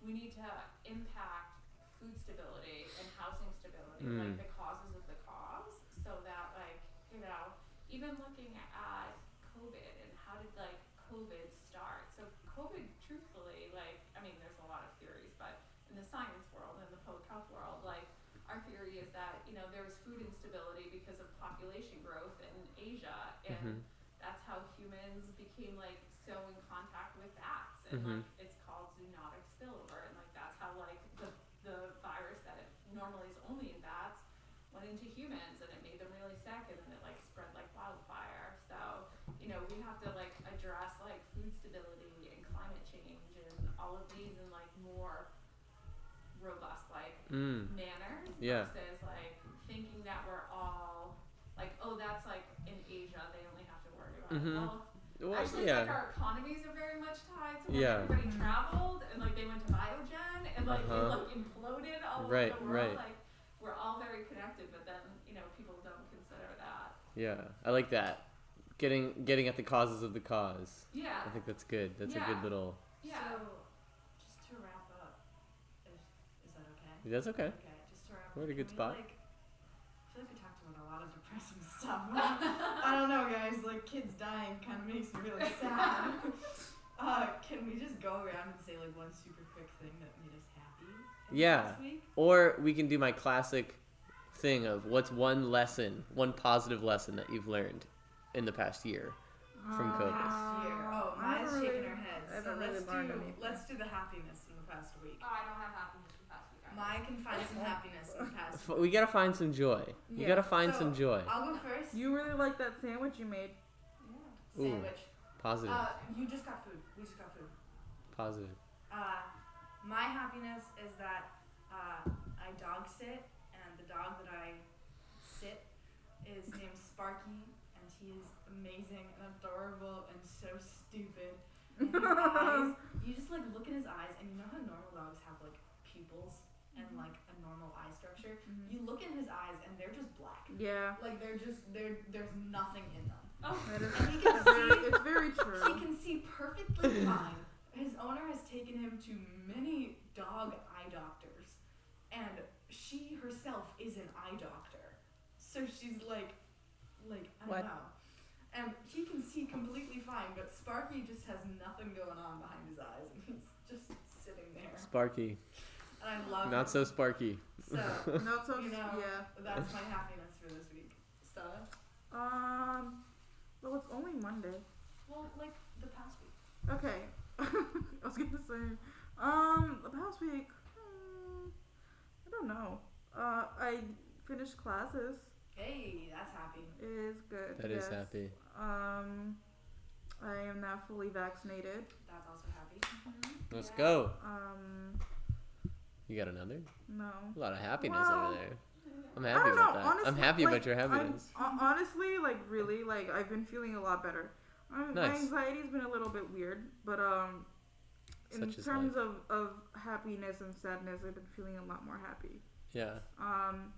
E: we need to impact food stability and housing stability
C: Mm.
E: like the causes of the cause so that like you know even looking at covid and how did like covid start so covid truthfully like i mean there's a lot of theories but in the science world and the public health world like our theory is that you know there was food instability because of population growth in asia
C: Mhm.
E: and that's how humans became like so in contact with bats and
C: Mhm.
E: like Um, it's called zoonotic spillover and like that's how like the the virus that it normally is only in bats went into humans and it made them really sick and then it like spread like wildfire so you know we have to like address like food stability and climate change and all of these in like more robust like
C: Mm.
E: manners
C: Yeah.
E: versus like thinking that we're all like, oh, that's like in Asia, they only have to worry about
C: Mhm.
E: health.
C: Well,
E: Actually,
C: yeah.
E: like our economies are very much tied to when
C: Yeah.
E: everybody traveled and like they went to Biogen and like
C: Uh-huh.
E: they like imploded all
C: Right,
E: over the world.
C: right.
E: Like we're all very connected, but then you know people don't consider that.
C: yeah, I like that. Getting getting at the causes of the cause. I
E: Yeah,
C: think that's good. That's a
E: Yeah.
C: good little.
E: yeah.
B: So, just to wrap up, if, is that okay?
C: That's okay.
B: Okay, just to wrap
C: We're
B: up.
C: at a good
B: can we,
C: spot.
B: Like, I feel like we talked about a lot of depressing stuff. I don't know, guys. Like, kids dying kind of makes me really sad. uh, can we just go around and say, like, one super quick thing that made us happy?
C: Yeah.
B: This week?
C: Or we can do my classic thing of what's one lesson, one positive lesson that you've learned in the past year from COVID.
B: Last year. Oh,
D: Ah, I
B: Maya's
D: haven't
B: shaking
D: really-
B: her head.
D: I
B: So
D: haven't really
B: let's,
D: learned
B: do,
D: anything.
B: let's do the happiness in the past week.
F: Oh, I don't have happiness from past week. either.
B: Maya can find some happiness in the past
C: F- We gotta find some joy. You
D: Yeah. uh,
C: gotta find
B: So-
C: some joy.
B: I'll go first.
D: You really like that sandwich you made.
C: Ooh.
B: Sandwich.
C: Positive,
B: Uh, you just got food. We just got food.
C: positive.
B: Uh, my happiness is that uh, I dog sit, and the dog that I sit is named Sparky, and he is amazing and adorable and so stupid. And his eyes, you just like look at his eyes, and you know how normal dogs have like pupils and like a normal eye structure. You look in his eyes, and they're just black.
D: Yeah.
B: Like they're just there. There's nothing in them.
D: That is
B: And he can
D: very,
B: see
D: it's very
B: he
D: true.
B: can see perfectly fine. His owner has taken him to many dog eye doctors, and she herself is an eye doctor. So she's like, like I
C: What?
B: don't know. And he can see completely fine, but Sparky just has nothing going on behind his eyes, and he's just sitting there.
C: Sparky,
B: And I love
C: not
B: him.
C: so sparky.
B: So
D: Not so,
B: You know.
D: yeah.
B: that's my happiness for this week. Stella.
D: Um, well, it's only Monday.
B: Well, like the past week.
D: Okay. I was gonna say, um, the past week, hmm, I don't know. Uh, I finished classes.
B: Hey, that's happy.
D: It is good.
C: That is
D: yes.
C: happy.
D: Um, I am now fully vaccinated.
B: That's also happy.
C: Let's go.
D: Um,
C: You got another?
D: no.
C: A lot of happiness
D: Well,
C: over there. I'm
D: I
C: happy
D: don't
C: about
D: know,
C: that. I'm
D: honestly,
C: happy
D: like,
C: about your
D: I'm-
C: happiness.
D: hon- honestly, like really, like I've been feeling a lot better. Um, My
C: Nice.
D: anxiety's been a little bit weird, but um, in
C: Such is
D: terms of of happiness and sadness, I've been feeling a lot more happy.
C: yeah.
D: Um,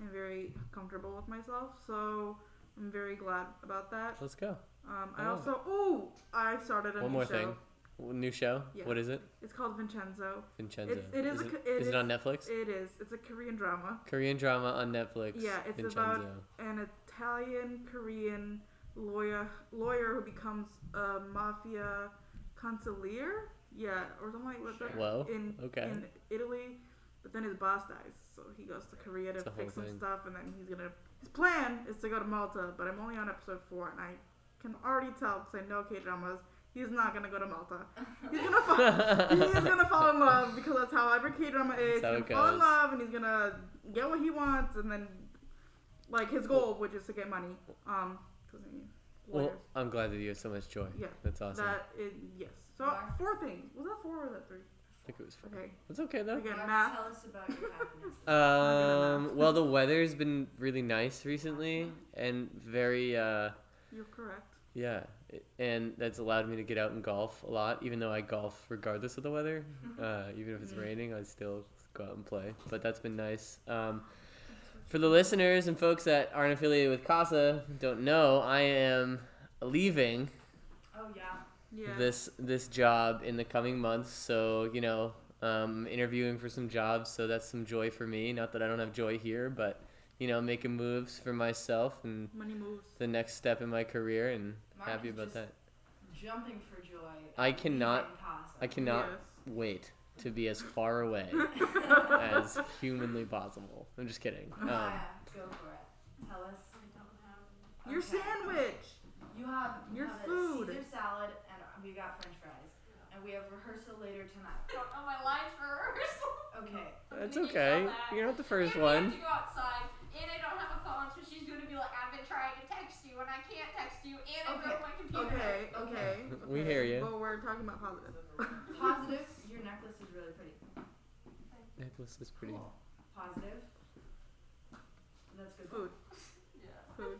D: and very comfortable with myself, so I'm very glad about that.
C: Let's go.
D: Um, I
C: Oh.
D: also oh, I started a
C: One
D: new
C: more
D: show.
C: thing. New show.
D: Yeah.
C: What is it?
D: It's called Vincenzo.
C: Vincenzo.
D: It's- it is a
C: it,
D: co- it
C: is
D: is-
C: it on Netflix?
D: It is. It's a Korean drama
C: Korean drama on Netflix.
D: Yeah, it's about-
C: Vincenzo.
D: an Italian Korean lawyer lawyer who becomes a mafia consigliere, yeah, or something like that.
C: Whoa.
D: In
C: Oh, Okay.
D: in Italy, but then his boss dies, so he goes to Korea to
C: It's a
D: fix
C: whole
D: some
C: thing.
D: stuff, and then he's gonna. His plan is to go to Malta, but I'm only on episode four, and I can already tell because I know K dramas. He's not gonna go to Malta. He's gonna fall, he's gonna fall in love because that's how every K drama is. He's
C: That's how
D: gonna
C: it
D: fall in
C: goes.
D: love and he's gonna get what he wants, and then like his goal, which is to get money. Um, 'cause, I mean,
C: Well,
D: lawyers.
C: I'm glad that you have so much joy.
D: Yeah,
C: That's awesome.
D: that is yes. So
B: Mark.
D: four things. Was that four or was that three?
C: I think it was fun.
D: Okay.
C: It's okay though.
D: Again,
B: Mark,
D: math.
B: Tell us about your happiness.
D: gonna
C: Um, well, the weather's been really nice recently and very, uh,
D: You're correct.
C: yeah, it- and that's allowed me to get out and golf a lot, even though I golf regardless of the weather.
B: Mm-hmm.
C: Uh, even if it's raining, I still go out and play. But that's been nice. Um, for the listeners and folks that aren't affiliated with CASA, don't know, I am leaving
B: Oh yeah.
D: Yeah.
C: this this job in the coming months. So you know, um, interviewing for some jobs. So that's some joy for me. Not that I don't have joy here, but you know, making moves for myself and
D: Money moves.
C: the next step in my career, and
B: Martin
C: happy
B: is
C: about
B: just
C: that.
B: Jumping for joy.
C: I
B: at
C: cannot-
B: leaving Casa.
C: I cannot wait to be as far away as humanly possible. I'm just kidding. Um,
B: Maya, go for it. Tell us.
F: I don't have.
D: Your
B: Okay.
D: sandwich.
B: You have you
D: Your
B: have
D: food.
B: A Caesar salad, and we got French fries, and we have rehearsal later tonight.
F: I don't know my lines for rehearsal.
B: Okay.
C: that's
F: Maybe
C: okay.
F: I'll laugh.
C: You're not the
F: And
C: first
F: we have
C: one.
F: to go outside, and I don't have a phone, so she's gonna be like, I've been trying to text you, and I can't text you, and I broke
B: Okay.
F: my computer.
D: Okay. Okay. okay.
C: We hear ya.
D: Well, we're talking about positive.
B: Positive. Your necklace is really pretty.
C: Necklace is pretty.
B: Cool. Positive. That's good.
D: Food.
F: Yeah.
D: Food.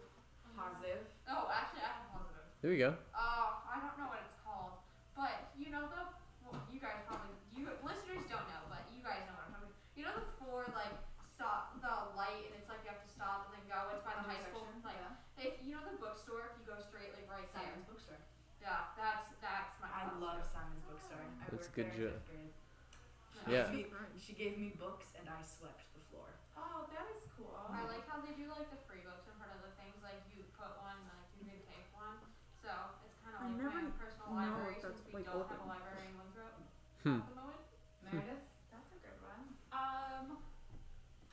B: Positive.
F: Oh, actually, I have a positive.
C: There we go.
F: Uh, I don't know what it's called, but you know the well, you guys probably you listeners don't know, but you guys know what I'm talking. You know the four like stop the light, and it's like you have to stop and then go. It's by the high school.
B: Intersection,
F: Like
B: yeah.
F: if you know the bookstore, if you go straight like right there.
B: Simon's bookstore.
F: Yeah, that's that's my.
B: I
F: positive.
B: love Simon's bookstore. I
C: That's
B: worked
C: good
B: there in
C: job.
B: fifth grade. She
C: Yeah.
B: gave me- She gave me books, and I swept the floor.
E: Oh, that is cool.
F: I like how they do like the free books in front of the things. Like you put one, like you can take one. So it's kind
D: I
F: of like
D: never
F: my own personal
D: know if
F: library
D: that's,
F: since
D: like,
F: we don't have
D: open.
F: a library in Winthrop
C: Hmm.
F: at the moment.
B: Meredith, that's a good one.
E: Um,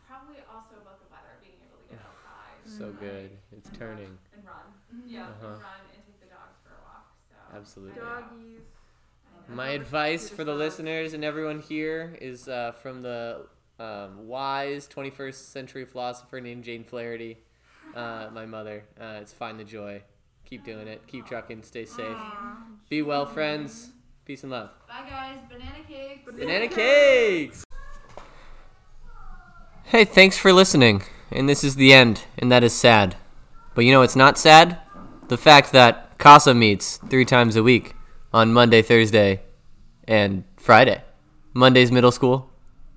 E: probably also about the weather, being able to get outside
C: So good. It's turning.
E: and run. Yeah,
C: Uh-huh.
E: and run and take the dogs for a walk. So
C: Absolutely.
D: Doggies.
E: I know.
C: My
D: How much
C: advice
D: computer
C: for the
D: science?
C: listeners and everyone here is uh, from the um, wise 21st century philosopher named Jane Flaherty, uh, my mother. Uh, it's find the joy. Keep doing it. Keep trucking. Stay safe.
D: Aw.
C: Be well, friends. Peace and love.
B: Bye guys, banana cakes.
C: Banana cakes! Hey, thanks for listening. And this is the end, and that is sad. But you know it's not sad? The fact that Casa meets three times a week on Monday, Thursday, and Friday. Monday's middle school,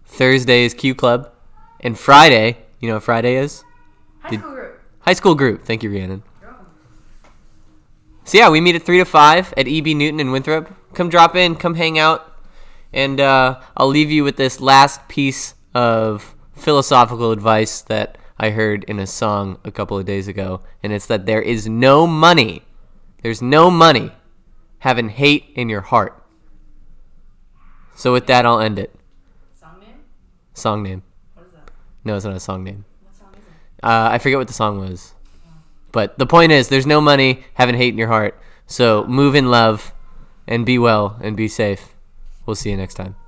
C: Thursday is Q Club, and Friday, you know what Friday is?
B: High
C: Did-
B: school group.
C: High school group. Thank you, Rhiannon.
B: You're welcome.
C: So yeah, we meet at three to five at EB Newton in Winthrop. Come drop in, come hang out, and uh, I'll leave you with this last piece of philosophical advice that I heard in a song a couple of days ago, and it's that there is no money, there's no money having hate in your heart. So with that, I'll end it.
B: Song name?
C: Song name?
B: What is that?
C: No, it's not a song name.
B: What song is it?
C: Uh, I forget what the song was. But the point is, there's no money having hate in your heart. So move in love and be well and be safe. We'll see you next time.